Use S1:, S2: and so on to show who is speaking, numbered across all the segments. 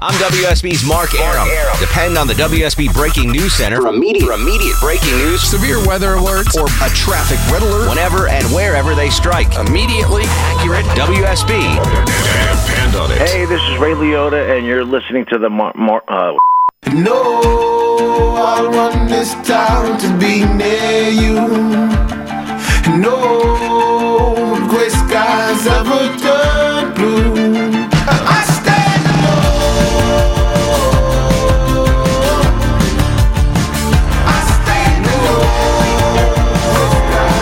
S1: I'm WSB's Mark Aram. Depend on the WSB Breaking News Center for immediate, for immediate breaking news,
S2: Severe weather alerts
S1: or a traffic red alert whenever and wherever they strike.
S2: immediately accurate.
S1: WSB
S2: Depend on it.
S3: Hey, this is Ray Liotta, and you're listening to the Mar- Mar- uh,
S4: No, I want this town to be near you. No gray skies ever turn blue. I stand alone. I stand alone.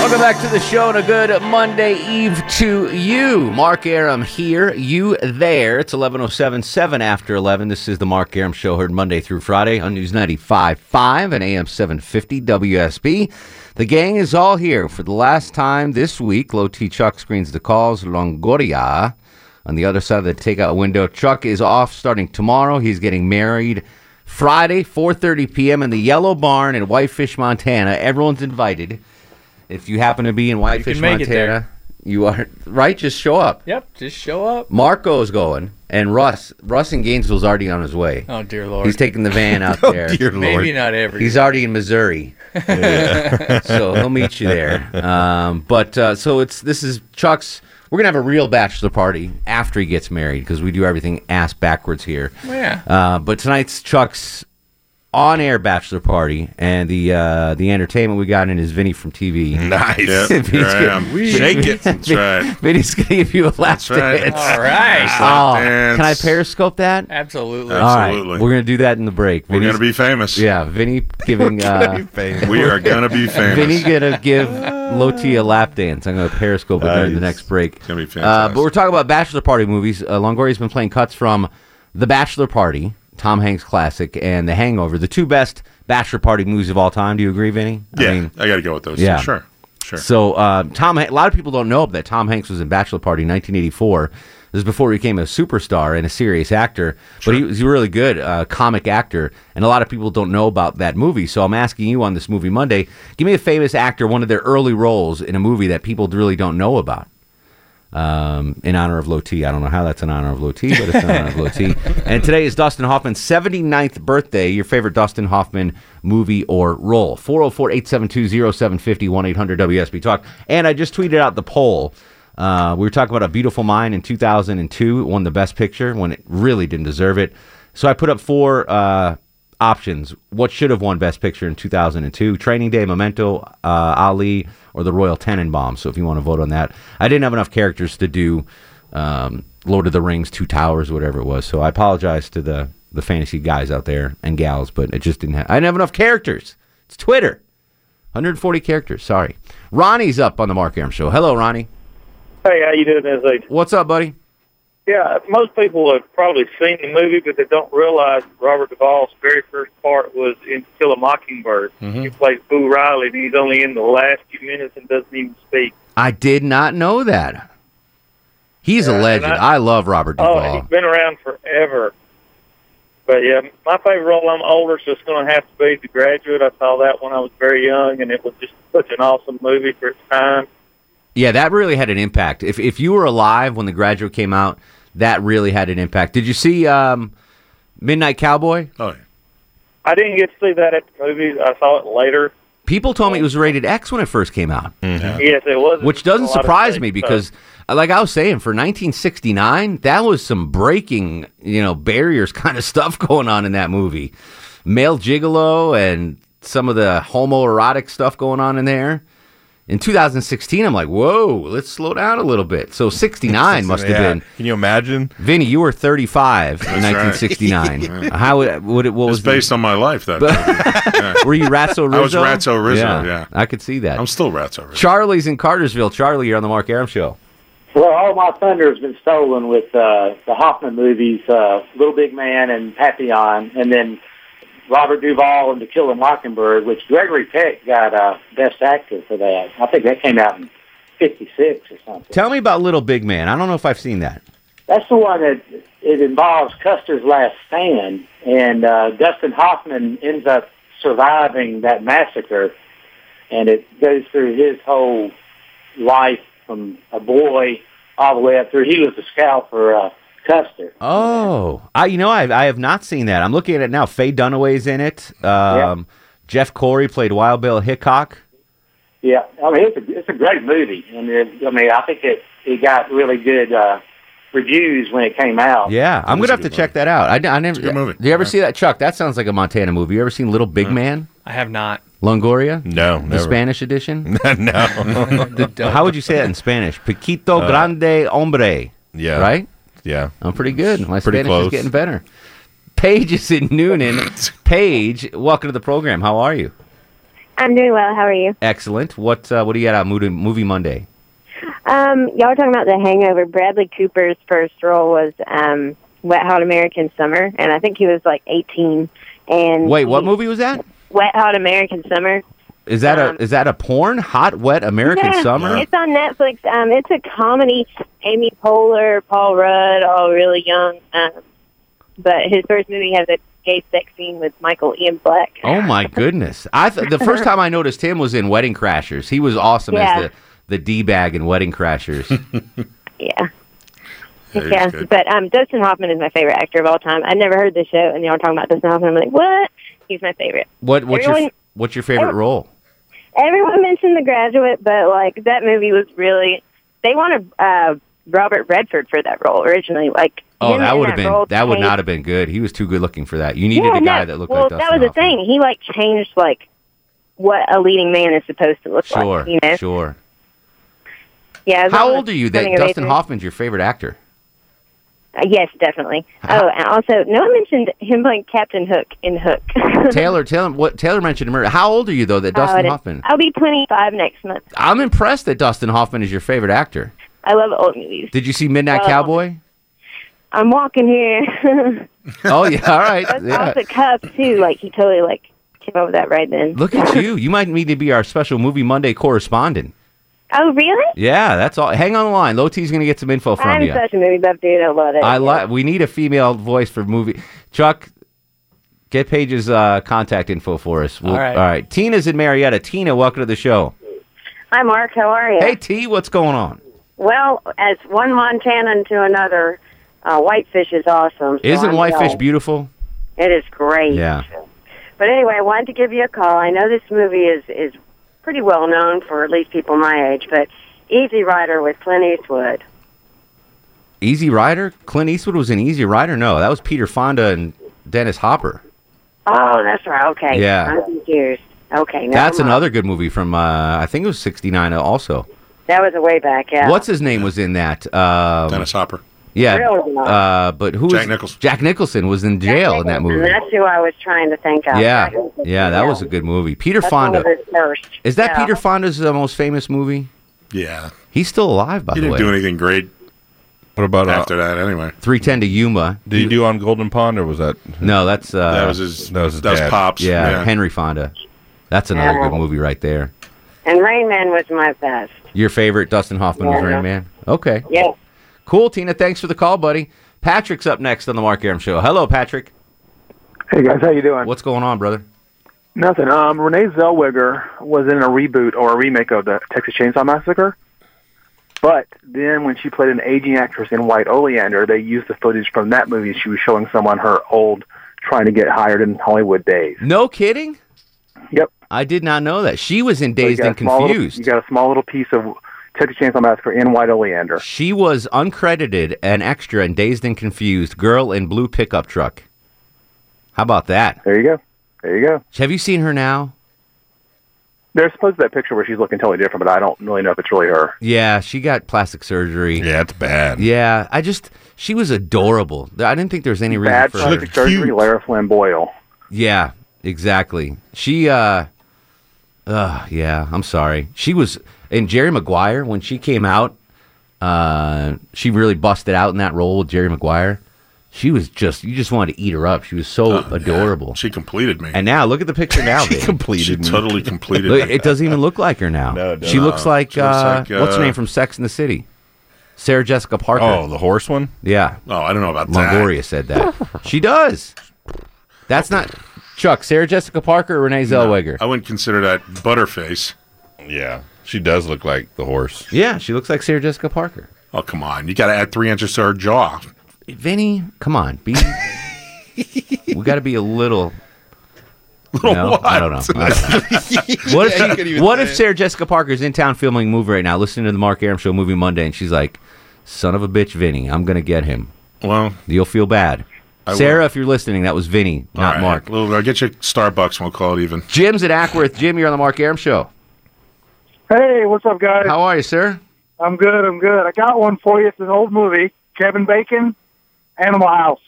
S5: Welcome back to the show and a good Monday Eve to you. Mark Aram here, you there. It's 11.07, 7 after 11. This is the Mark Aram Show, heard Monday through Friday on News 95.5 and AM 750 WSB. The gang is all here for the last time this week. Low T Chuck screens the calls. Longoria on the other side of the takeout window. Chuck is off starting tomorrow. He's getting married Friday, 4.30 p.m. in the Yellow Barn in Whitefish, Montana. Everyone's invited. If you happen to be in Whitefish,
S6: make it there.
S5: Montana, you are right. Just show up.
S6: Yep, just show up.
S5: Marco's going, and Russ. Russ in Gainesville's already on his way.
S6: Oh dear lord. Oh,
S5: He's taking the van out there.
S6: Maybe not every.
S5: He's already in Missouri, so he'll meet you there. Um, but uh, so it's this is Chuck's. We're gonna have a real bachelor party after he gets married because we do everything ass backwards here.
S6: Yeah.
S5: Uh, but tonight's Chuck's on-air bachelor party, and the uh, the entertainment we got in is Vinny from TV.
S2: Nice.
S5: Vinny's
S2: Here I
S5: gonna-
S2: am. Shake it. That's right.
S5: Vinny's gonna give you a last
S2: right.
S5: dance.
S6: All right.
S5: Oh,
S2: Dance.
S5: can I periscope that?
S6: Absolutely.
S2: Uh,
S5: All right,
S2: Absolutely.
S5: we're gonna do that in the break.
S2: We're going to
S5: Vinny's-
S2: be famous.
S5: yeah, Vinny giving uh,
S2: We are going to be famous.
S5: Vinny gonna give Loti a lap dance. I'm gonna periscope it during the
S2: Nice.
S5: next break.
S2: It's gonna be
S5: Uh, but we're
S2: fantastic.
S5: talking about bachelor party movies. Uh, Longoria's been playing cuts from The Bachelor Party, Tom Hanks classic, and The Hangover, the two best bachelor party movies of all time. Do you agree, Vinny?
S2: yeah,
S5: I mean,
S2: I got to go with those.
S5: Yeah.
S2: Sure. Sure.
S5: so uh, Tom, Han- a lot of people don't know that Tom Hanks was in Bachelor Party in 1984. This is before he became a superstar and a serious actor, but he was really good uh, comic actor, and a lot of people don't know about that movie. So I'm asking you on this movie Monday, give me a famous actor, one of their early roles in a movie that people really don't know about. Um, in honor of Loti, I don't know how that's in honor of Loti, but it's in honor of Loti. And today is Dustin Hoffman's 79th birthday. Your favorite Dustin Hoffman movie or role? 404 872 0750 800 WSB Talk. And I just tweeted out the poll. Uh, we were talking about A Beautiful Mind in 2002. It won the best picture when it really didn't deserve it. So I put up four uh, options. What should have won Best Picture in 2002? Training Day, Memento, uh, Ali, or The Royal Tenenbaum. So if you want to vote on that, I didn't have enough characters to do um, Lord of the Rings, Two Towers, whatever it was. So I apologize to the the fantasy guys out there and gals, but it just didn't. Have, I didn't have enough characters. It's Twitter, 140 characters. Sorry, Ronnie's up on the Mark Aram show. Hello, Ronnie.
S7: Hey, how you doing, Izzy?
S5: What's up, buddy?
S7: Yeah, most people have probably seen the movie, but they don't realize Robert Duvall's very first part was in To Kill a Mockingbird. He plays Boo Riley, and he's only in the last few minutes and doesn't even speak.
S5: I did not know that. He's a
S7: and
S5: legend.
S7: I-
S5: I, love Robert
S7: Oh,
S5: Duvall.
S7: and he's been around forever. But yeah, my favorite role. I'm older, so it's going to have to be The Graduate. I saw that when I was very young, and it was just such an awesome movie for its time.
S5: Yeah, that really had an impact. If if you were alive when The Graduate came out, that really had an impact. Did you see um, Midnight Cowboy?
S2: Oh, yeah.
S7: I didn't get to see that at the movies. I saw it later.
S5: People told me it was rated X when it first came out,
S7: Yes, it was.
S5: which
S7: Mm-hmm. a
S5: doesn't
S7: lot of
S5: surprise
S7: things,
S5: me
S7: so-
S5: because, uh, like I was saying, for 1969, that was some breaking, you know, barriers kind of stuff going on in that movie. Male gigolo and some of the homoerotic stuff going on in there. In 2016, I'm like, whoa, let's slow down a little bit. So 69 must have
S8: Yeah.
S5: been
S8: Can you imagine?
S5: Vinny, you were 35 in 1969. How would, would it? What
S2: It's
S5: was
S2: based on my life, that movie. Yeah.
S5: Were you Ratso Rizzo?
S2: I was Ratso Rizzo, yeah.
S5: I could see that.
S2: I'm still Ratso Rizzo.
S5: Charlie's in Cartersville. Charlie, you're on the Mark Aram show.
S7: Well, All My Thunder has been stolen with uh, the Hoffman movies, uh, Little Big Man and Papillon, and then Robert Duvall and To Kill a Mockingbird, which Gregory Peck got uh, Best Actor for that. I think that came out in 56 or something.
S5: Tell me about Little Big Man. I don't know if I've seen that.
S7: That's the one that it involves Custer's last stand, and uh, Dustin Hoffman ends up surviving that massacre, and it goes through his whole life from a boy all the way up through. He was a scout for uh, Custer.
S5: Oh, I you know I I have not seen that. I'm looking at it now. Faye Dunaway's in it. Um, Jeff Corey played Wild Bill Hickok.
S7: Yeah, I mean it's a, it's a great movie, and it, I mean I think it it got really good uh, reviews when it came out.
S5: Yeah, I'm
S2: was
S5: gonna
S2: a
S5: have to
S2: good
S5: check that out. I, I never.
S2: good movie.
S5: Do you ever
S2: Yeah.
S5: see that Chuck? That sounds like a Montana movie. You ever seen Little Big Man?
S6: I have not.
S5: Longoria,
S2: No,
S5: the Spanish edition.
S2: no.
S6: The dumb-
S5: uh, How would you say that in Spanish? Piquito grande hombre.
S2: Uh, Yeah.
S5: Right.
S2: Yeah.
S5: I'm pretty good. My
S2: Pretty
S5: Spanish is
S2: close.
S5: getting better. Paige is in Noonan. Paige, welcome to the program. How are you?
S8: I'm doing well. How are you?
S5: Excellent. What uh, What do you got on Movie, movie Monday?
S8: Um, y'all were talking about The Hangover. Bradley Cooper's first role was um, Wet Hot American Summer, and I think he was like 18. And
S5: Wait, what
S8: he-
S5: movie was that?
S8: Wet Hot American Summer.
S5: Is that
S8: Um,
S5: a Is that a porn? Hot Wet American
S8: Yeah,
S5: Summer.
S8: It's on Netflix. Um, it's a comedy. Amy Poehler, Paul Rudd, all really young. Um, but his first movie has a gay sex scene with Michael Ian Black.
S5: Oh my goodness! I th- the first time I noticed him was in Wedding Crashers. He was awesome
S8: Yeah.
S5: as the the d bag in Wedding Crashers.
S8: Yeah.
S2: Yeah, he's
S8: Yeah,
S2: good.
S8: but um, Dustin Hoffman is my favorite actor of all time. I'd never heard this show, and y'all were talking about Dustin Hoffman. I'm like, what? He's my favorite.
S5: what What's your
S8: Everyone- Oh,
S5: What's your favorite
S8: every-
S5: role?
S8: Everyone mentioned The Graduate, but like that movie was really. They wanted uh, Robert Redford for that role originally. Like,
S5: Oh,
S8: him
S5: that
S8: in
S5: would have been
S8: role
S5: that would
S8: changed-
S5: not have been good. He was too good looking for that. You needed a guy
S8: no.
S5: that looked
S8: well,
S5: like Dustin.
S8: that was
S5: Hoffman.
S8: the thing. He like changed like what a leading man is supposed to look
S5: Sure,
S8: like. You know?
S5: sure.
S8: Yeah. as
S5: How
S8: long
S5: old
S8: as
S5: are you? That
S8: coming of
S5: Dustin
S8: age-
S5: Hoffman's your favorite actor.
S8: Uh, yes, definitely.
S5: How-
S8: Oh, and also, no one mentioned him playing Captain Hook in Hook.
S5: Taylor, Taylor, what Taylor mentioned. Murder. How old are you though? That
S8: Oh,
S5: Dustin
S8: it is.
S5: Hoffman.
S8: I'll be 25 next month.
S5: I'm impressed that Dustin Hoffman is your favorite actor.
S8: I love old movies.
S5: Did you see Midnight
S8: Well-
S5: Cowboy?
S8: I'm walking here.
S5: Oh yeah, all right.
S8: That's
S5: yeah.
S8: off the cuff too. Like he totally like came up with that right then.
S5: Look at you. You might need to be our special movie Monday correspondent.
S8: Oh really?
S5: Yeah, that's all. Hang on the line. Low T's going to get some info from
S8: I'm
S5: you.
S8: such a movie buff dude. I love it.
S5: I li- we need a female voice for movie. Chuck, get Paige's uh, contact info for us. We'll-
S6: All right.
S5: all right. Tina's in Marietta. Tina, welcome to the show.
S8: Hi Mark, how are you?
S5: Hey T, what's going on?
S8: Well, as one Montanan to another, uh, whitefish is awesome. so
S5: Isn't
S8: I'm
S5: Whitefish
S8: sold.
S5: beautiful?
S8: It is great.
S5: Yeah.
S8: But anyway, I wanted to give you a call. I know this movie is is pretty well known for at least people my age, but Easy Rider with Clint Eastwood.
S5: Easy Rider? Clint Eastwood was an Easy Rider? No, that was Peter Fonda and Dennis Hopper.
S8: Oh, that's right. Okay.
S5: Yeah.
S8: I'm confused. Okay. Never
S5: That's
S8: mind.
S5: another good movie from uh, I think it was 69 also.
S8: That was a way back. Yeah.
S5: What's his name was in that? Um,
S2: Dennis Hopper.
S5: Yeah.
S8: Really not.
S5: Uh, but who
S2: Jack
S5: was-
S2: Nicholson.
S5: Jack Nicholson was in jail in that movie.
S8: That's who I was trying to think of.
S5: yeah, yeah, that was a good movie. Peter
S8: That's one
S5: Fonda.
S8: of his first.
S5: Is that
S8: Yeah.
S5: Peter Fonda's uh, most famous movie?
S2: Yeah.
S5: He's still alive, by
S2: He
S5: the
S2: didn't
S5: way.
S2: do anything great
S9: What about uh,
S2: after that anyway.
S5: Three ten to Yuma.
S9: did he do on Golden Pond or was that?
S5: No, that's uh,
S2: that was his
S9: that was his dad.
S2: pops.
S5: yeah, Henry Fonda. That's another
S8: Yeah.
S5: good movie right there.
S8: And Rain Man was my best.
S5: Your favorite Dustin Hoffman was
S8: Yeah.
S5: Rain Man. Okay,
S8: Yeah.
S5: cool, Tina. Thanks for the call, buddy. Patrick's up next on the Mark Aram Show. Hello, Patrick.
S10: Hey guys, how you doing?
S5: What's going on, brother?
S10: Nothing. Um, Renee Zellweger was in a reboot or a remake of the Texas Chainsaw Massacre, but then when she played an aging actress in White Oleander, they used the footage from that movie. She was showing someone her old, trying to get hired in Hollywood days.
S5: No kidding.
S10: Yep.
S5: I did not know that. She was in Dazed
S10: got
S5: and
S10: a small little-
S5: Confused.
S10: you got a small little piece of Texas Chainsaw Massacre in White Oleander.
S5: She was uncredited and extra and dazed and confused girl in blue pickup truck. How about that?
S10: There you go. There you go.
S5: Have you seen her now?
S10: There's supposed to be that picture where she's looking totally different, but I don't really know if it's really her.
S5: Yeah, she got plastic surgery.
S9: Yeah, it's bad.
S5: Yeah, I just she was adorable. I didn't think there was any reason
S10: Bad
S5: for
S10: plastic
S5: her.
S10: surgery, Lara Flynn Boyle.
S5: Yeah, exactly. She uh uh yeah, I'm sorry. She was and Jerry Maguire when she came out Uh, she really busted out in that role with Jerry Maguire. She was just you just wanted to eat her up. She was so adorable. She completed me. And now look at the picture now.
S9: She
S5: babe.
S9: completed She me. totally completed
S5: Look,
S9: me.
S5: It doesn't even look like her now.
S9: No, it
S5: she
S9: doesn't.
S5: looks like,
S9: She looks
S5: uh,
S9: like, uh,
S5: what's her name from Sex in the City? Sarah Jessica Parker.
S9: Oh, the horse one?
S5: Yeah.
S9: Oh, I don't know about that.
S5: Longoria said that. she does. That's not Chuck. Sarah Jessica Parker or Renee Zellweger?
S9: Oh.
S2: I wouldn't consider that butterface.
S9: Yeah, she does look like the horse.
S5: Yeah, she looks like Sarah Jessica Parker.
S2: Oh come on, you got to add three inches to her jaw.
S5: Vinny, come on, be. we got to be a little.
S2: Little
S5: no, I don't know.
S2: what?
S5: I don't know. what
S2: Yeah, you
S5: if,
S2: couldn't
S5: she,
S2: even
S5: what
S2: say
S5: if
S2: it.
S5: Sarah Jessica Parker's in town filming a movie right now, listening to the Mark Aram Show Movie Monday, and she's like, "Son of a bitch, Vinny, I'm gonna get him."
S2: Well,
S5: you'll feel bad,
S2: I will.
S5: Sarah. If you're listening, that was Vinny, not
S2: All right,
S5: Mark.
S2: Well, I'll get you Starbucks. We'll call it even.
S5: Jim's at Ackworth. Jim, you're on the Mark Aram Show.
S11: Hey, what's up, guys?
S5: How are you, sir?
S11: I'm good. I'm good. I got one for you. It's an old movie, Kevin Bacon, Animal House.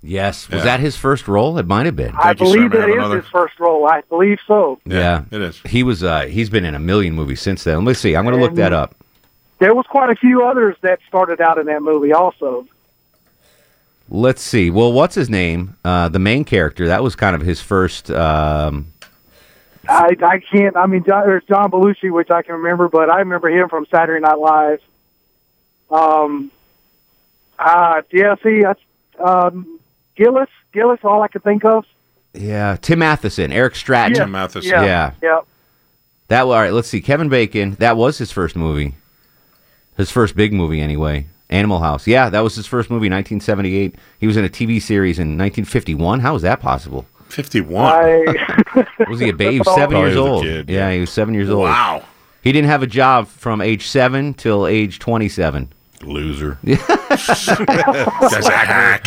S5: Yes. Was that his first role? It might have been.
S11: I believe that is his first role. I believe so.
S5: Yeah, it is. He was. Uh, he's been in a million movies since then. Let's see. I'm going to look
S11: And-
S5: that up.
S11: There was quite a few others that started out in that movie, also.
S5: Let's see. Well, what's his name? Uh, the main character. That was kind of his first. Um,
S11: I, I can't. I mean, John, there's John Belushi, which I can remember, but I remember him from Saturday Night Live. Um, uh, yeah, see, that's um, Gillis. Gillis, all I could think of.
S5: yeah, Tim Matheson, Eric Stratton.
S11: Yeah,
S5: Yeah.
S11: Yeah. yeah.
S5: That. All right. Let's see. Kevin Bacon. That was his first movie. His first big movie, anyway. Animal House. Yeah, that was his first movie, 1978. He was in a TV series in 1951. How is that possible?
S2: 51.
S5: was he a babe?
S2: That's all.
S5: Seven
S2: Probably
S5: years
S2: was a
S5: old.
S2: kid,
S5: yeah. he was seven years old.
S2: Wow.
S5: He didn't have a job from age seven till age twenty-seven. Loser. he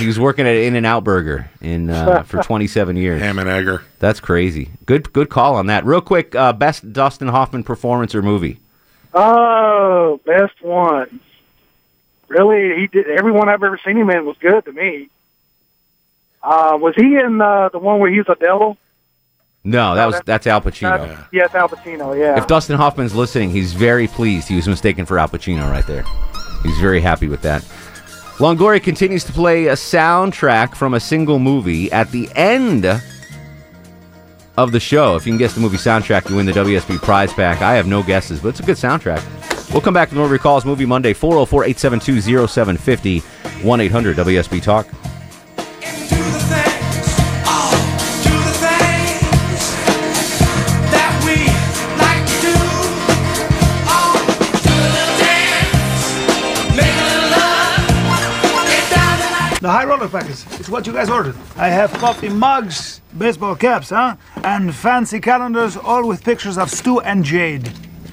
S5: was working at In and Out Burger in uh, for twenty-seven years. Ham
S2: and egger.
S5: That's crazy. Good, good call on that. Real quick, uh, best Dustin Hoffman performance or movie?
S11: Oh, best one. Really, he did. Everyone I've ever seen him in was good to me. Uh, was he in uh, the one where he was a devil?
S5: No, that was that's Al Pacino.
S11: Yes, Al Pacino. Yeah.
S5: If Dustin Hoffman's listening, he's very pleased. He was mistaken for Al Pacino right there. He's very happy with that. Longoria continues to play a soundtrack from a single movie at the end of the show. If you can guess the movie soundtrack, you win the WSB prize pack. I have no guesses, but it's a good soundtrack. We'll come back to more recalls movie Monday 404 872 0750 1 800 WSB Talk.
S12: The high roller package. It's what you guys ordered. I have coffee mugs, baseball caps, huh? And fancy calendars, all with pictures of Stu and Jade.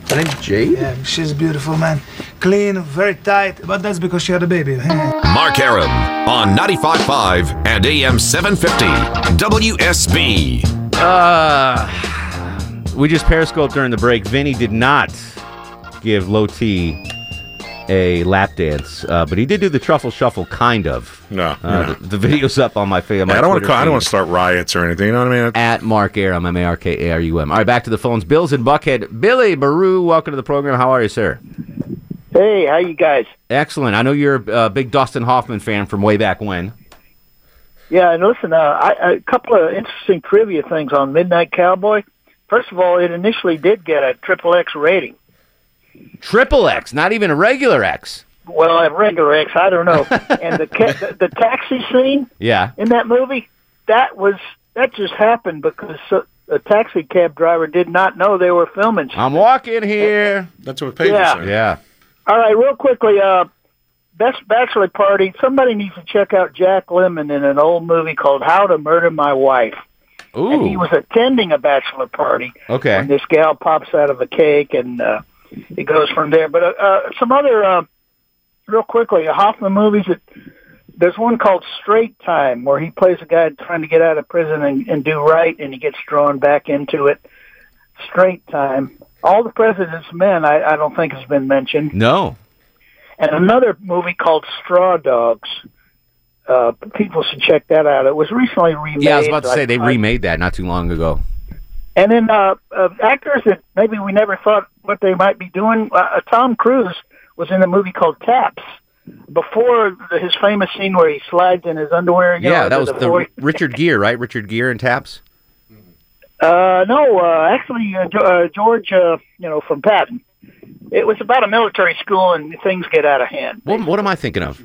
S13: Her name's Jade?
S12: Yeah, she's beautiful, man. Clean, very tight, but that's because she had a baby.
S14: Mark Aram on 95.5 and AM 750 WSB.
S5: Uh, we just periscoped during the break. Vinny did not give Low T a lap dance, uh, but he did do the truffle shuffle, kind of.
S2: No,
S5: Uh,
S2: no.
S5: The, the video's up on my face.
S2: Yeah, I don't wanna call- I don't wanna
S5: start riots or anything. You know what I mean? At Mark Arum, M A R K A R U M. All right, back to the phones. Bills and Buckhead. Billy Baru, welcome to the program. How are you, sir?
S15: Hey, how you guys?
S5: Excellent. I know you're a uh, big Dustin Hoffman fan from way back when.
S15: Yeah, and listen, uh, I, a couple of interesting trivia things on Midnight Cowboy. First of all, it initially did get a triple X rating.
S5: Triple X, not even a regular X.
S15: Well, a regular X, I don't know. and the, ca- the the taxi scene
S5: Yeah.
S15: in that movie, that was that just happened because uh, a taxi cab driver did not know they were filming.
S5: I'm walking here.
S2: That's what
S15: Paige Yeah. said.
S5: Yeah.
S15: All right, real quickly, uh, best bachelor party. Somebody needs to check out Jack Lemmon in an old movie called How to Murder My Wife.
S5: Ooh.
S15: And he was attending a bachelor party.
S5: Okay.
S15: And this gal pops out of a cake, and uh, it goes from there. But uh, uh, some other, uh, real quickly, Hoffman movies. That, there's one called Straight Time where he plays a guy trying to get out of prison and, and do right, and he gets drawn back into it. Straight Time. All the President's Men, I, I don't think has been mentioned
S5: No.
S15: and another movie called Straw Dogs. Uh, people should check that out. It was recently remade.
S5: Yeah, I was about to
S15: like,
S5: say they
S15: I-
S5: remade that not too long ago.
S15: And then uh, uh, actors that maybe we never thought what they might be doing. Uh, uh, Tom Cruise was in a movie called Taps. Before the, his famous scene where he slides in his underwear. you know,
S5: Yeah, that
S15: under
S5: was the
S15: voice.
S5: R- Richard Gere, right? Richard Gere and Taps.
S15: Uh, no, uh, actually, uh, Ge- uh, George, uh, you know, from Patton. It was about a military school, and things get out of hand.
S5: What, what am I thinking of?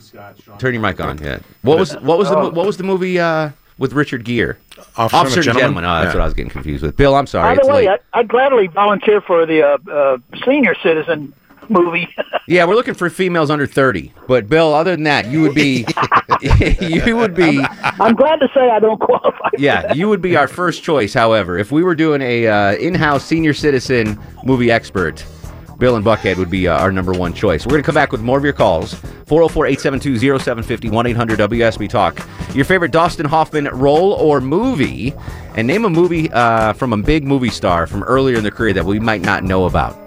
S5: Turn your mic on. Yeah. What was what was the mo- what was the movie uh, with Richard Gere?
S15: Officer and a Gentleman?
S5: Oh, that's
S15: Yeah.
S5: what I was getting confused with. Bill, I'm sorry.
S15: By
S5: It's
S15: the way,
S5: late.
S15: I, I'd gladly volunteer for the uh, uh, senior citizen movie.
S5: Yeah, we're looking for females under 30. But Bill, other than that, you would be you would be
S15: I'm glad to say I don't qualify.
S5: Yeah, you would be our first choice. However, if we were doing a uh, in-house senior citizen movie expert, Bill and Buckhead would be uh, our number one choice. We're going to come back with more of your calls. 404-872-0750 1-800-WSB Talk. Your favorite Dustin Hoffman role or movie and name a movie uh, from a big movie star from earlier in their career that we might not know about.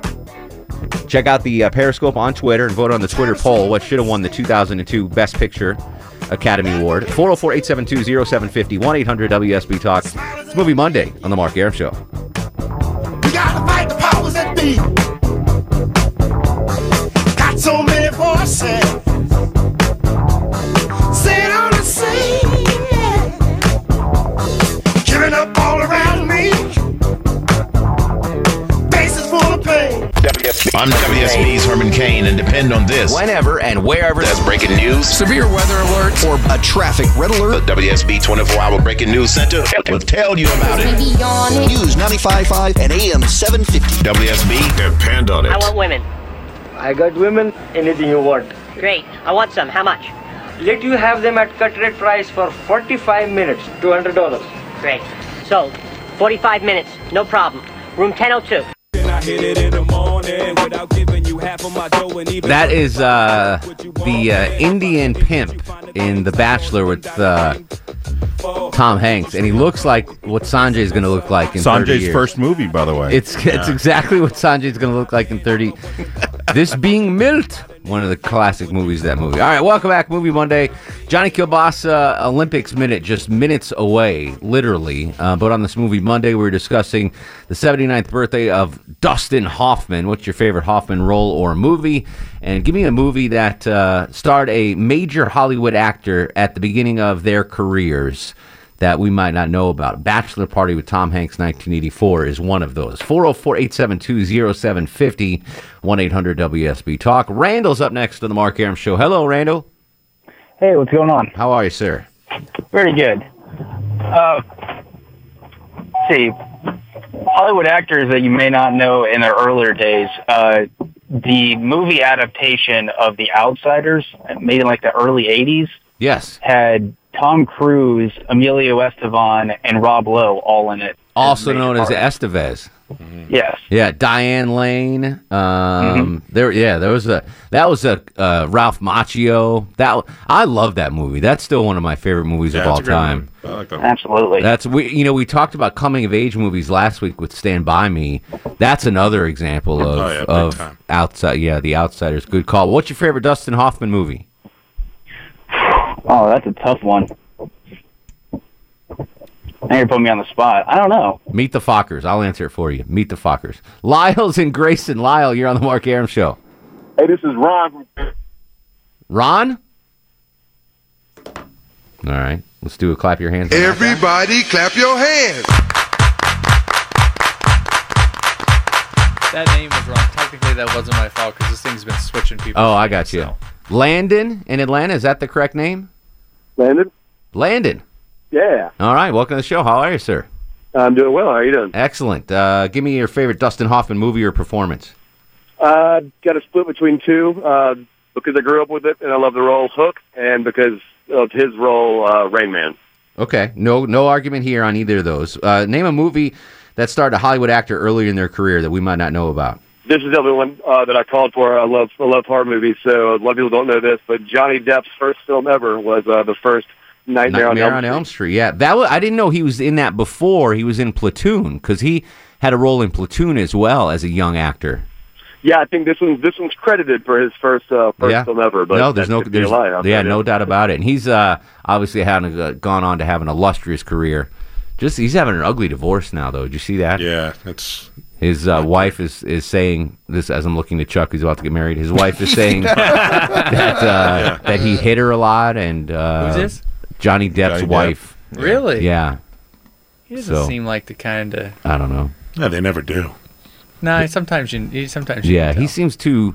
S5: Check out the uh, Periscope on Twitter and vote on the Twitter poll what should have won the 2002 Best Picture Academy Award. 404 872 0750 1 800 WSB Talk. It's Movie Monday on The Mark Aram Show.
S4: We gotta fight the powers that be. Got so many voices. Sit on the scene. Giving up all around me. Faces full of pain.
S13: I'm WSB's Herman Kane, and depend on this
S5: whenever and wherever.
S13: That's breaking news, severe weather alert, or a traffic red alert. The WSB 24-hour breaking news center will tell you about it. News 95.5 and AM 750. WSB, depend on
S16: I want women.
S17: I got women, anything you want.
S16: Great. I want some. How much?
S17: Let you have them at cut rate price for 45 minutes, $200.
S16: Great. Sold. 45 minutes. No problem. Room 1002.
S5: That is uh, the uh, Indian pimp in The Bachelor with uh, Tom Hanks, and he looks like what Sanjay is going to look like in 30
S9: Sanjay's
S5: years.
S9: first movie, by the way.
S5: It's it's exactly what Sanjay's going to look like in 30. this being Milt, one of the classic movies. That movie. All right, welcome back, Movie Monday. Johnny Kilbasa Olympics minute, just minutes away, literally. Uh, but on this Movie Monday, we're discussing the 79th birthday of Dustin Hoffman. What's your favorite Hoffman role or movie? And give me a movie that uh, starred a major Hollywood actor at the beginning of their careers that we might not know about. Bachelor Party with Tom Hanks 1984 is one of those. 404-872-0750 1-800-WSB Talk. Randall's up next on the Mark Aram show. Hello Randall.
S17: Hey, what's going on?
S5: How are you, sir?
S17: Very good. Uh, let's see, Hollywood actors that you may not know in their earlier days, uh, the movie adaptation of The Outsiders, made in like the early 80s.
S5: Yes.
S17: Had Tom Cruise, Emilio Estevon, and Rob Lowe all in it.
S5: Also known as Estevez.
S17: Yes.
S5: Yeah, Diane Lane. Um, There, yeah, there was a that was a uh, Ralph Macchio. That w- I love that movie. That's still one of my favorite movies of all time.
S17: Absolutely.
S5: That's we you know we talked about coming of age movies last week with Stand by Me. That's another example of
S17: Oh, yeah, big
S5: of outside yeah, The Outsiders. Good call. What's your favorite Dustin Hoffman movie?
S17: Oh, that's a tough one. Now you're putting me on the spot. I don't know.
S5: Meet the Fockers. I'll answer it for you. Meet the Fockers. Lyle's and Grayson. Lyle, you're on the Mark Aram show.
S18: Hey, this is Ron.
S5: Ron? All right. Let's do a clap your hands.
S18: Everybody, clap your hands.
S6: That name was wrong. Technically, that wasn't my fault because this thing's been switching people.
S5: Oh, I got you. Landon in Atlanta. Is that the correct name?
S18: Landon?
S5: Landon.
S18: Yeah,
S5: All right. Welcome to the show. How are you, sir?
S18: I'm doing well. How are you doing?
S5: Excellent. Uh, give me your favorite Dustin Hoffman movie or performance.
S18: Uh, got a split between two uh, because I grew up with it and I love the role Hook, and because of his role uh, Rain Man.
S5: Okay. No, no argument here on either of those. Uh, name a movie that starred a Hollywood actor earlier in their career that we might not know about.
S18: This is the other one uh, that I called for. I love I love horror movies, so a lot of people don't know this, but Johnny Depp's first film ever was uh, the first Nightmare,
S5: Nightmare
S18: on
S5: on Elm Street. Yeah, that was, I didn't know he was in that before. He was in Platoon because he had a role in Platoon as well as a young actor.
S18: Yeah, I think this one this one's credited for his first uh, first
S5: yeah.
S18: film ever. But
S5: no, there's
S18: that
S5: no,
S18: could be a
S5: there's,
S18: lie. I'm
S5: yeah,
S18: not-
S5: no doubt about it. And he's uh, obviously had uh, gone on to have an illustrious career. Just he's having an ugly divorce now, though. Did you see that? Yeah, that's his uh, wife is is saying this as I'm looking to Chuck, who's about to get married. His wife is saying that uh, that he hit her a lot, and uh,
S6: Who's this?
S5: Johnny Depp's
S6: Johnny Depp.
S5: wife.
S6: Really?
S5: Yeah.
S6: He doesn't
S5: So-
S6: seem like the kind of.
S5: I don't know. Yeah, they never do.
S6: No, sometimes you. you- Sometimes you
S5: Yeah,
S6: can
S5: he seems too.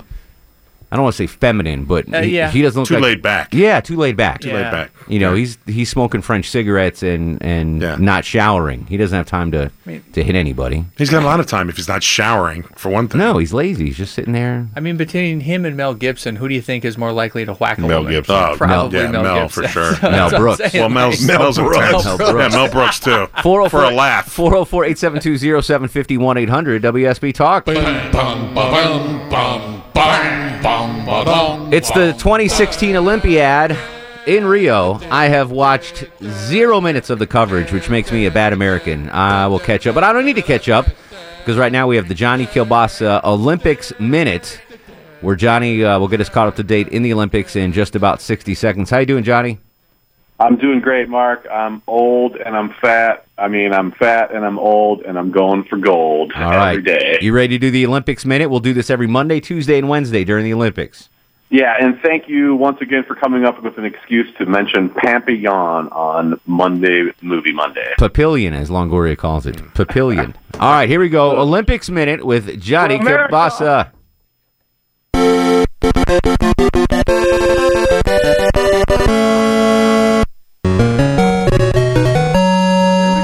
S5: I don't want to say feminine, but
S6: Uh,
S5: he,
S6: yeah.
S5: he doesn't look
S6: Too
S5: like-
S6: laid back.
S5: Yeah, too laid back.
S6: Too laid Yeah. back.
S5: You know, he's he's smoking French cigarettes and and not showering. He doesn't have time to
S6: I mean-
S5: to hit anybody. He's got a lot of time if he's not showering for one thing. No, he's lazy. He's just sitting there.
S6: I mean, between him and Mel Gibson, who do you think is more likely to whack a
S5: Mel
S6: woman?
S5: Gibson. Oh,
S6: Probably
S5: Mel- yeah,
S6: Mel,
S5: Mel for
S6: Gibson.
S5: sure.
S6: So
S5: Mel
S6: that's what I'm saying,
S5: Brooks. Well, Mel's-
S6: like-
S5: Mel's intense. Mel Brooks. oh Yeah, Mel Brooks,
S2: too.
S5: 404
S2: For a laugh.
S5: 404 872 0750 800 WSB Talk. It's the 2016 Olympiad in Rio. I have watched zero minutes of the coverage, which makes me a bad American. I will catch up, but I don't need to catch up because right now we have the Johnny Kilbasa Olympics Minute, where Johnny uh, will get us caught up to date in the Olympics in just about 60 seconds. How you doing, Johnny?
S19: I'm doing great, Mark. I'm old and I'm fat. I mean, I'm fat and I'm old and I'm going for gold
S5: All right.
S19: every day.
S5: You ready to do the Olympics Minute? We'll do this every Monday, Tuesday, and Wednesday during the Olympics.
S19: Yeah, and thank you once again for coming up with an excuse to mention Papillon on Monday, Movie Monday.
S5: Papillion, as Longoria calls it. Papillion. All right, here we go. Olympics Minute with Johnny
S19: For America.
S5: Kilbasa.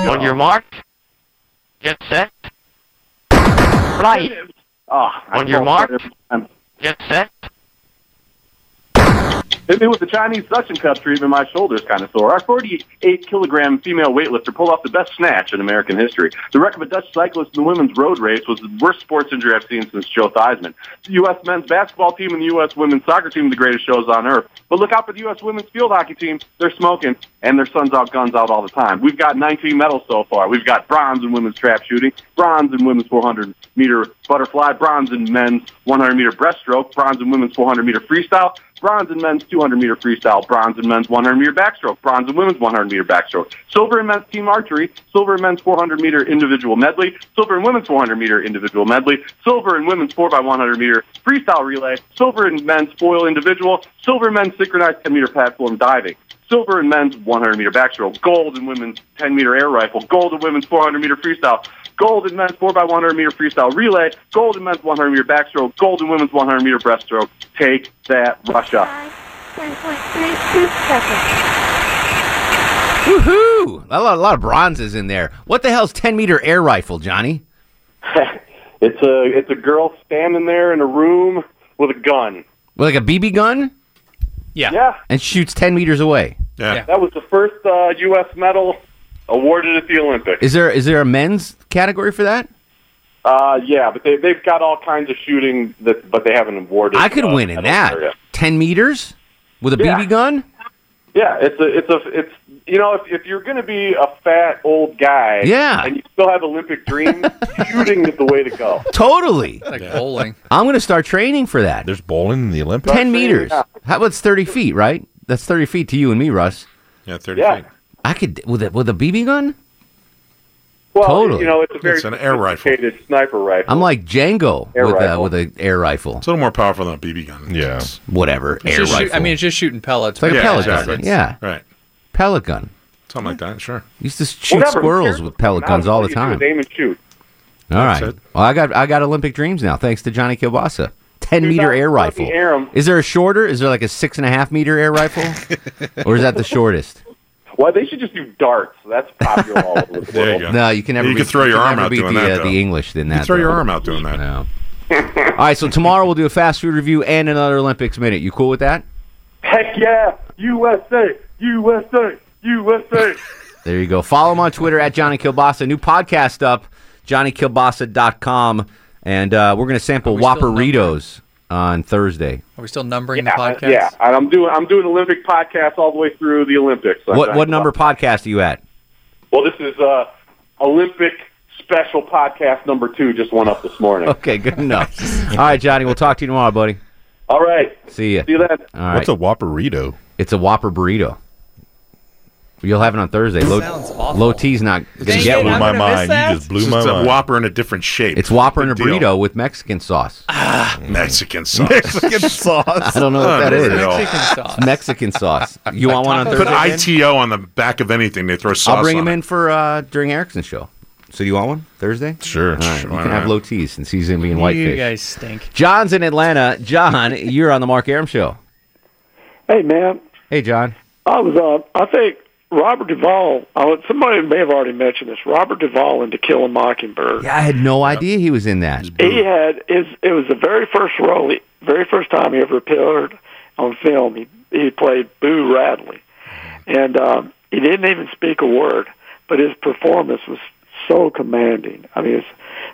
S20: On your mark, get set, fly.
S19: Ah,
S20: on your mark, get set.
S19: Hit me with the Chinese suction cup treatment. My shoulders kind of sore. Our 48 kilogram female weightlifter pulled off the best snatch in American history. The wreck of a Dutch cyclist in the women's road race was the worst sports injury I've seen since Joe Theismann. The U.S. men's basketball team and the U.S. women's soccer team are the greatest shows on earth. But look out for the U.S. women's field hockey team. They're smoking, and their sun's out, guns out all the time. We've got 19 medals so far. We've got bronze in women's trap shooting, bronze in women's 400 meter butterfly, bronze in men's 100 meter breaststroke, bronze in women's 400 meter freestyle, bronze in men's 200 meter freestyle, bronze in men's 100 meter backstroke, bronze in women's 100 meter backstroke, silver in men's team archery, silver in men's 400 meter individual medley, silver in women's 400 meter individual medley, silver in women's 4x100 meter freestyle relay, silver in men's foil individual, silver in men's synchronized 10 meter platform diving. Silver in men's 100 meter backstroke, gold in women's 10 meter air rifle, gold in women's 400 meter freestyle, gold in men's 4x100 meter freestyle relay, gold in men's 100 meter backstroke, gold in women's 100 meter breaststroke. Take that, Russia.
S5: Woohoo! A lot, a lot of bronzes in there. What the hell's 10 meter air rifle, Johnny?
S19: It's a it's a girl standing there in a room with a gun.
S5: With like a BB gun?
S6: Yeah.
S19: Yeah.
S5: And shoots 10 meters away.
S19: That was the first uh, U.S. medal awarded at the Olympics.
S5: Is there is there a men's category for that?
S19: Uh, yeah, but they they've got all kinds of shooting that, but they haven't awarded.
S5: I could
S19: uh,
S5: win in
S19: medals
S5: that.
S19: there yet.
S5: 10 meters with a BB gun?
S19: Yeah, it's a, it's a, it's you know, if, if you're going to be a fat old guy,
S5: Yeah.
S19: and you still have Olympic dreams, shooting is the way to go.
S5: Totally.
S6: Like bowling.
S5: I'm going to start training for that. There's bowling in the Olympics? 10 meters.
S19: Yeah.
S5: How about it's 30 feet, right? That's 30 feet to you and me, Russ.
S2: Yeah,
S5: 30 feet. I could, with a, with a BB gun?
S19: Well,
S5: Totally.
S19: you know, it's a very
S5: It's an
S2: air rifle.
S19: sophisticated sniper rifle.
S5: I'm like Django
S19: Air
S5: with a,
S19: rifle.
S5: with an air rifle. It's
S2: a little more powerful than a BB gun.
S5: Yeah. Whatever.
S6: It's
S5: air
S6: just
S5: rifle.
S6: shoot- I mean, it's just shooting pellets.
S5: it's like a
S6: right?
S5: pellet
S6: Exactly.
S5: gun. Yeah.
S2: Right.
S5: Pellet gun.
S2: Something like that, sure.
S5: Used to shoot
S19: Whatever,
S5: squirrels
S19: who
S5: with
S19: cares?
S5: pellet
S19: Now
S5: guns all the
S19: you do is
S5: time.
S19: Aim and shoot.
S5: All right.
S19: That's
S5: Well, I got I got Olympic dreams now, thanks to Johnny Kilbasa. Ten
S19: Dude,
S5: meter
S19: I
S5: air
S19: fucking
S5: rifle.
S19: air 'em.
S5: Is there a shorter? Is there like a six and a half meter air rifle, or is that the shortest?
S19: Well, they should just do darts. That's popular all over the world.
S5: No, you can never.
S2: You
S5: beat-
S2: can throw your arm
S5: never
S2: out
S5: beat
S2: doing
S5: the,
S2: that,
S5: Uh,
S2: though.
S5: the English than
S2: You
S5: that.
S2: throw your
S5: though.
S2: arm out doing that.
S5: No. All right. So tomorrow we'll do a fast food review and another Olympics minute. You cool with that?
S19: Heck yeah, USA, USA, USA.
S5: There you go. Follow him on Twitter at Johnny Kilbasa. New podcast up, johnnykilbasa.com. And uh, we're going to sample Whopperitos on Thursday.
S6: Are we still numbering
S19: Yeah,
S6: the podcast?
S19: yeah, and I'm doing I'm doing Olympic podcasts all the way through the Olympics.
S5: What, what number podcast are you at?
S19: Well, this is uh, Olympic special podcast number two. Just went up this morning.
S5: Okay, good enough. All right, Johnny, we'll talk to you tomorrow, buddy.
S19: All right.
S5: See you.
S19: See you then.
S5: All right.
S9: What's a Whopperito?
S5: It's a Whopper burrito. You'll have it on Thursday. Low,
S6: Sounds
S5: low T's not going to
S6: Dang
S5: get
S6: it,
S5: one.
S6: I'm My gonna miss mind. You that? just blew
S5: It's
S2: my
S5: a
S2: mind.
S5: Whopper in a different shape. It's Whopper and a
S2: Good deal. Mm-hmm.
S5: burrito with Mexican sauce.
S2: Mexican sauce.
S5: Mexican sauce. I don't know what that is. It's Mexican sauce. You want one on Thursday?
S2: Put
S5: Ben?
S2: ITO on the back of anything. They throw sauce.
S5: I'll bring
S2: on
S5: him
S2: it.
S5: in for uh, during Erickson's show. So you want one Thursday? Sure. All right.
S2: Sure,
S5: you
S2: why
S5: can have
S2: not?
S5: low teas since he's going to be in Whitefish.
S6: You guys stink.
S5: John's in Atlanta. John, you're on the Mark Aram show.
S21: Hey, man.
S5: Hey, John.
S21: I was, uh, I think Robert Duvall, I would, somebody may have already mentioned this, Robert Duvall in To Kill a Mockingbird.
S5: Yeah, I had no idea he was in that.
S21: He had, his, it was the very first role, he- very first time he ever appeared on film. He, he played Boo Radley. And um, he didn't even speak a word, but his performance was so commanding. I mean, it's,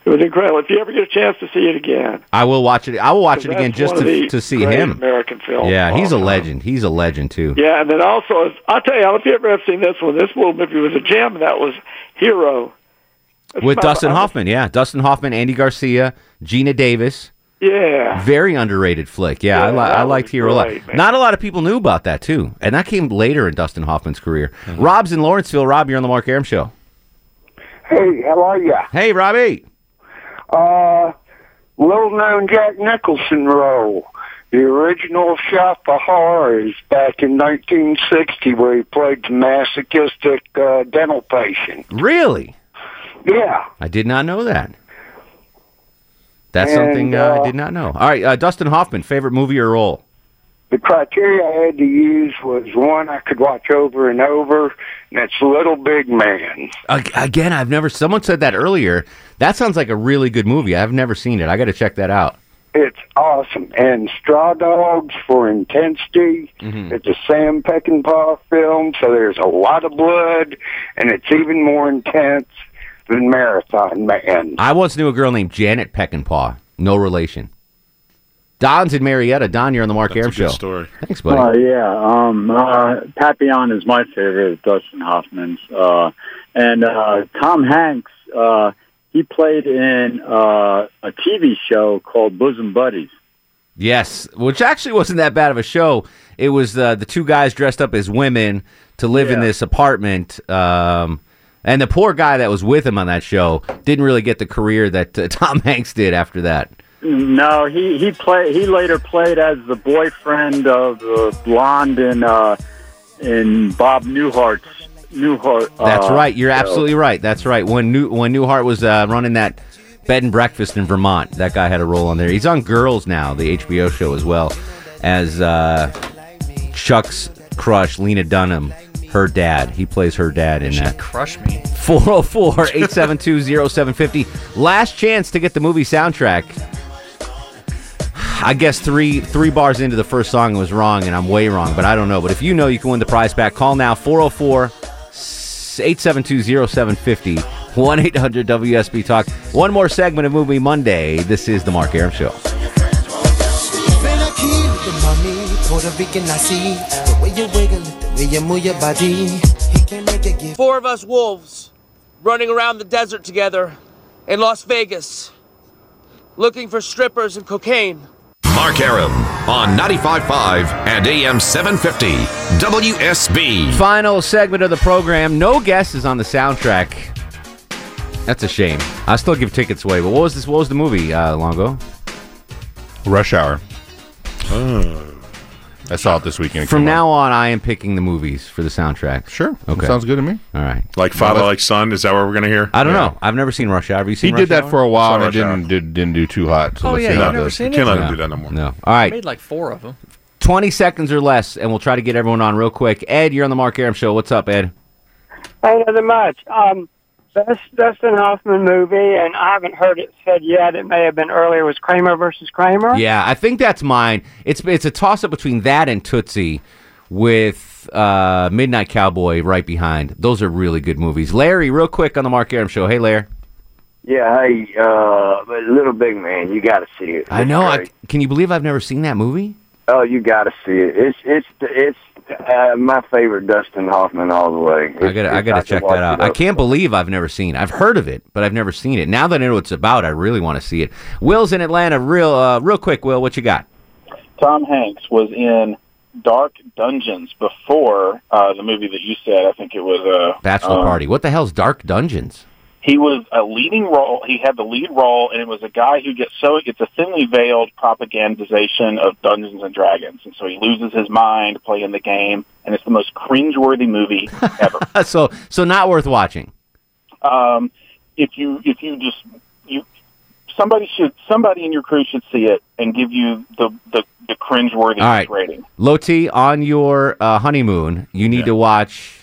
S21: it was incredible. If you ever get a chance to see it again,
S5: I will watch it. I will watch it again
S21: That's
S5: just
S21: one of
S5: to,
S21: the
S5: to see
S21: great
S5: him.
S21: American film.
S5: Yeah, he's a legend. He's a legend too.
S21: Yeah, and then also, I'll tell you, if you ever have seen this one, this little movie was a gem. and That was Hero. It's
S5: With
S21: about-
S5: Dustin Hoffman, yeah, Dustin Hoffman, Andy Garcia, Gina Davis.
S21: Yeah.
S5: Very underrated flick. Yeah, I, li- I liked Hero a lot.
S21: great, man.
S5: Not a lot of people knew about that too, and that came later in Dustin Hoffman's career. Rob's in Lawrenceville. Rob, you're on the Mark Aram show.
S22: Hey, how are ya?
S5: Hey, Robbie.
S22: Uh, little known Jack Nicholson role. The original Shop of Horrors back in 1960, where he played the masochistic uh, dental patient.
S5: Really?
S22: Yeah.
S5: I did not know that. That's
S22: And,
S5: something uh,
S22: uh,
S5: I did not know. All right, uh, Dustin Hoffman, favorite movie or role?
S22: The criteria I had to use was one I could watch over and over, and that's Little Big Man.
S5: Ag- Again, I've never. Someone said that earlier. That sounds like a really good movie. I've never seen it. I got to check that out.
S22: It's awesome. And Straw Dogs for Intensity. It's a Sam Peckinpah film, so there's a lot of blood, and it's even more intense than Marathon Man.
S5: I once knew a girl named Janet Peckinpah. No relation. Don's in Marietta. Don, you're on the Mark Aram show. Thanks, buddy.
S23: Uh, yeah, um, uh, Papillon is my favorite of Dustin Hoffman's, uh, and uh, Tom Hanks. Uh, he played in uh, a TV show called Bosom Buddies.
S5: Yes, which actually wasn't that bad of a show. It was uh, the two guys dressed up as women to live in this apartment. Um, and the poor guy that was with him on that show didn't really get the career that uh, Tom Hanks did after that.
S23: No, he he play he later played as the boyfriend of the blonde in uh, in Bob Newhart's Newhart. Uh,
S19: Ah,
S5: That's right. You're
S23: show.
S5: absolutely right. That's right. When New when Newhart was uh, running that bed and breakfast in Vermont, that guy had a role on there. He's on Girls now, the HBO show as well as uh, Chuck's crush, Lena Dunham, her dad. He plays her dad in that.
S6: Crush me.
S5: 404-872-0750. Last chance to get the movie soundtrack. I guess three three bars into the first song was wrong, and I'm way wrong, but I don't know. But if you know, you can win the prize back. Call now 404 872-0750 1-800-WSB Talk. One more segment of Movie Monday. This is the Mark Aram Show.
S24: Feel like he with the mommy, Puerto Rican, I see. The way you wiggle it, the way you move your body.
S25: Four of us wolves running around the desert together in Las Vegas looking for strippers and cocaine.
S14: Mark Aram on 95.5 and AM 750 WSB.
S5: Final segment of the program. No guesses on the soundtrack. That's a shame. I still give tickets away. But what was this? What was the movie, uh, Longo?
S9: Rush Hour. I saw it this weekend. It
S5: From
S9: came out.
S5: now on, I am picking the movies for the soundtrack. Sure. Okay.
S9: sounds good to me.
S5: All right.
S2: Like father, like son. Is that what we're gonna hear?
S5: I don't
S2: Yeah.
S5: know. I've never seen Rush Hour. Have you
S9: He
S5: seen?
S9: did
S5: Rush
S9: that
S5: Hour?
S9: for a while and it
S5: Rush Hour.
S9: didn't did, didn't do too hot. So
S5: Oh,
S9: let's
S5: yeah,
S9: see
S5: you've
S9: how it
S5: never
S9: does.
S5: seen it? Can't let him No. do that no more. No. All
S6: I
S5: right.
S6: made like four of them.
S5: Twenty seconds or less, and we'll try to get everyone on real quick. Ed, you're on the Mark Aram show. What's up, Ed?
S26: Hey, nothing much. Um, best Dustin Hoffman movie, and I haven't heard it said yet. It may have been earlier. Was Kramer versus Kramer?
S5: Yeah, I think that's mine. It's it's a toss up between that and Tootsie, with uh, Midnight Cowboy right behind. Those are really good movies. Larry, real quick on the Mark Aram show. Hey, Larry.
S27: Yeah, hey, uh, but Little Big Man, you got to see it.
S5: I
S27: It's
S5: know. I,
S27: great.
S5: can you believe I've never seen that movie?
S27: oh, you got to see it. It's it's it's uh, my favorite Dustin Hoffman all the way.
S5: I gotta, I gotta check that out. I can't believe I've never seen. it. I've heard of it, but I've never seen it. Now that I know what it's about, I really want to see it. Will's in Atlanta. Real, uh, real quick, Will, what you got?
S23: Tom Hanks was in
S1: Dark Dungeons before uh, the movie that you said. I think it was uh,
S5: Bachelor
S1: um,
S5: Party. What the hell's Dark Dungeons?
S1: He was a leading role. He had the lead role, and it was a guy who gets so it's a thinly veiled propagandization of Dungeons and Dragons, and so he loses his mind playing the game, and it's the most cringeworthy movie ever.
S5: so so not worth watching.
S1: um, if you if you just you somebody should somebody in your crew should see it and give you the the, the cringeworthy
S5: All right.
S1: rating.
S5: Loti, on your uh, honeymoon, you need to watch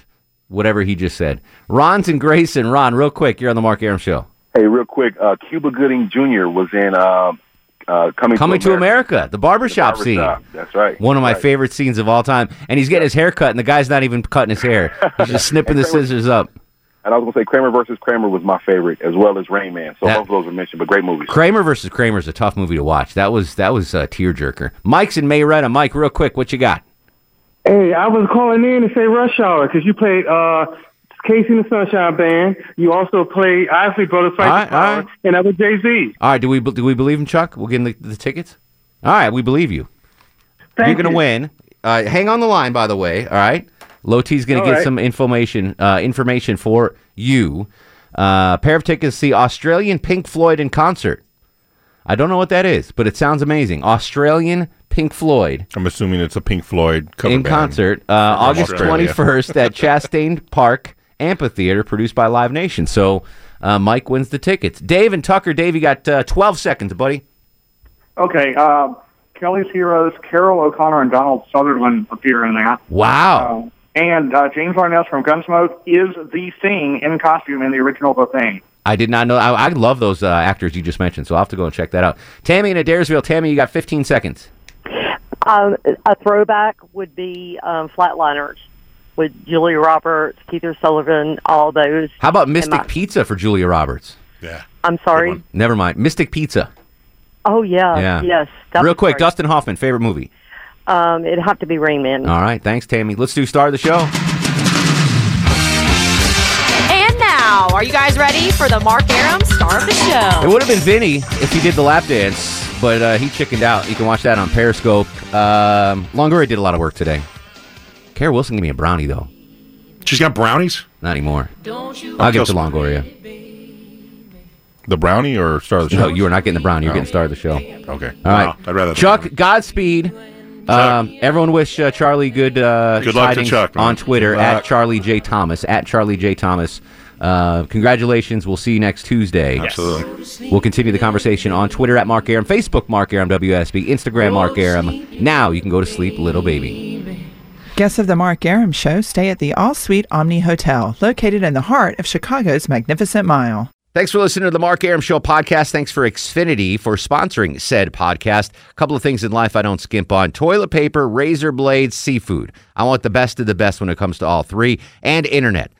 S5: whatever he just said. Ron's and Grayson. Ron, real quick, you're on the Mark Aram Show.
S19: Hey, real quick, uh, Cuba Gooding Jr. was in uh, uh, coming
S5: Coming to America, the barbershop,
S19: The barbershop,
S5: scene.
S19: that's right,
S5: One of my
S19: right.
S5: favorite scenes of all time. And he's getting his hair cut, and the guy's not even cutting his hair. He's just snipping the scissors up.
S19: And I was gonna say Kramer versus Kramer was my favorite, as well as Rain Man. So
S5: That-
S19: both of those were mentioned, but great movies.
S5: Kramer versus Kramer is a tough movie to watch. That was that was a tearjerker. Mike's in Mayretta. Mike, real quick, what you got?
S11: Hey, I was calling in to say Rush Hour because you played uh, Casey and the Sunshine Band. You also played Isley Brothers Fight the Power, and I was Jay Z.
S5: All right, do we do we believe him, Chuck? We'll get him the, the tickets. All right, we believe you.
S11: Thank
S5: You're gonna
S11: you.
S5: win. Uh, hang on the line, by the way. All right, Loti's gonna
S11: All
S5: get
S11: right.
S5: some information uh, information for you. Uh, pair of tickets to see Australian Pink Floyd in concert. I don't know what that is, but it sounds amazing. Australian Pink Floyd.
S28: I'm assuming it's a Pink Floyd cover
S5: in
S28: band.
S5: concert uh, August
S28: Australia.
S5: 21st at Chastain Park Amphitheater, produced by Live Nation. So uh, Mike wins the tickets. Dave and Tucker, Dave, you got uh, 12 seconds, buddy.
S29: Okay, uh, Kelly's Heroes, Carol O'Connor and Donald Sutherland appear in that.
S5: Wow.
S29: Um, and uh, James Arness from Gunsmoke is the thing in costume in the original The Thing.
S5: I did not know. I, I love those uh, actors you just mentioned, so I'll have to go and check that out. Tammy in Adairsville. Tammy, you got 15 seconds.
S29: Um, a throwback would be um, Flatliners with Julia Roberts, Keith Sullivan, all those.
S5: How about
S29: And
S5: Mystic
S29: my-
S5: Pizza for Julia Roberts?
S17: Yeah.
S29: I'm sorry.
S5: Never mind. Mystic Pizza.
S29: Oh yeah.
S5: yeah.
S29: Yes. that
S5: Real
S29: was
S5: quick,
S29: great.
S5: Dustin Hoffman, favorite movie.
S29: Um, it'd have to be Rain Man.
S5: All right. Thanks, Tammy. Let's do Star of the Show.
S30: And now, are you guys ready for the Mark Aram Star of the
S5: It
S30: Show?
S5: would have been Vinny if he did the lap dance, but uh, he chickened out. You can watch that on Periscope. Um, Longoria did a lot of work today. Kara Wilson gave me a brownie, though.
S17: She's got brownies?
S5: Not anymore. I'll give it to Longoria.
S28: The brownie or Star of the Show?
S5: No, you are not getting the brownie. You're getting Star of the Show.
S28: Okay.
S5: All right.
S28: I'd rather.
S5: Chuck, Godspeed. Um, everyone wish uh, Charlie good, uh,
S17: Good luck to
S5: tidings
S17: Chuck, man.
S5: on Twitter
S17: Good
S5: at
S17: luck.
S5: Charlie J. Thomas. At Charlie J. Thomas. Uh, congratulations. We'll see you next Tuesday. Absolutely. We'll continue the conversation on Twitter at Mark Aram, Facebook Mark Aram WSB, Instagram Mark Aram. Now you can go to sleep, little baby.
S31: Guests of the Mark Aram Show stay at the All Suite Omni Hotel, located in the heart of Chicago's Magnificent Mile.
S5: Thanks for listening to the Mark Aram Show podcast. Thanks for Xfinity for sponsoring said podcast. A couple of things in life I don't skimp on toilet paper, razor blades, seafood. I want the best of the best when it comes to all three, and internet.